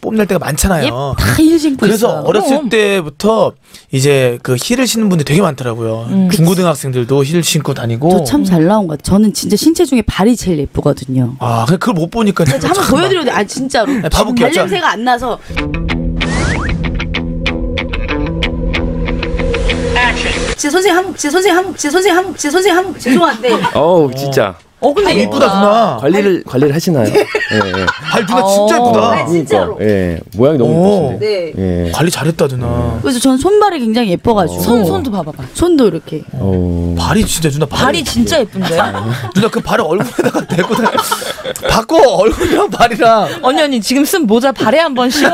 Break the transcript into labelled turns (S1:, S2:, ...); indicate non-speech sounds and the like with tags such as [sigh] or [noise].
S1: 뽐낼 때가 많잖아요.
S2: 예, 다일 신고
S1: 그래서
S2: 있어요.
S1: 어렸을
S2: 그럼.
S1: 때부터 이제 그 힐을 신는 분들이 되게 많더라고요. 중고등학생들도 힐 신고 다니고.
S2: 음, 저 참 잘 나온 것 같아요. 저는 진짜 신체 중에 발이 제일 예쁘거든요.
S1: 아, 근데 그걸 못 보니까
S2: 제가 한번 보여드려도 아 진짜로
S1: 네, 봐볼게요.
S2: 발 냄새가 안 나서 제 선생 한제 선생 한제 선생 한제 선생 한 죄송한데
S3: 어우 진짜
S2: 어 근데
S1: 이쁘다 누나.
S3: 관리를 관리를 하시나요? 예, 예.
S1: 발 누나 진짜
S2: 네. 아,
S1: 이쁘다.
S2: 진짜로?
S3: 예. 모양이
S1: 오.
S3: 너무 예쁘신데.
S2: 네
S3: 예.
S1: 관리 잘했다 누나.
S2: 그래서 전 손발이 굉장히 예뻐가지고
S4: 손 손도 봐봐봐.
S2: 손도 이렇게
S3: 어.
S1: 발이 진짜 누나 발이,
S4: 발이 진짜 예쁜데.
S1: 누나 그 발을 얼굴에다가 대고 다 [laughs] 바꿔 얼굴이랑 발이랑
S4: 언니 언니 지금 쓴 모자 발에 한번 씌워.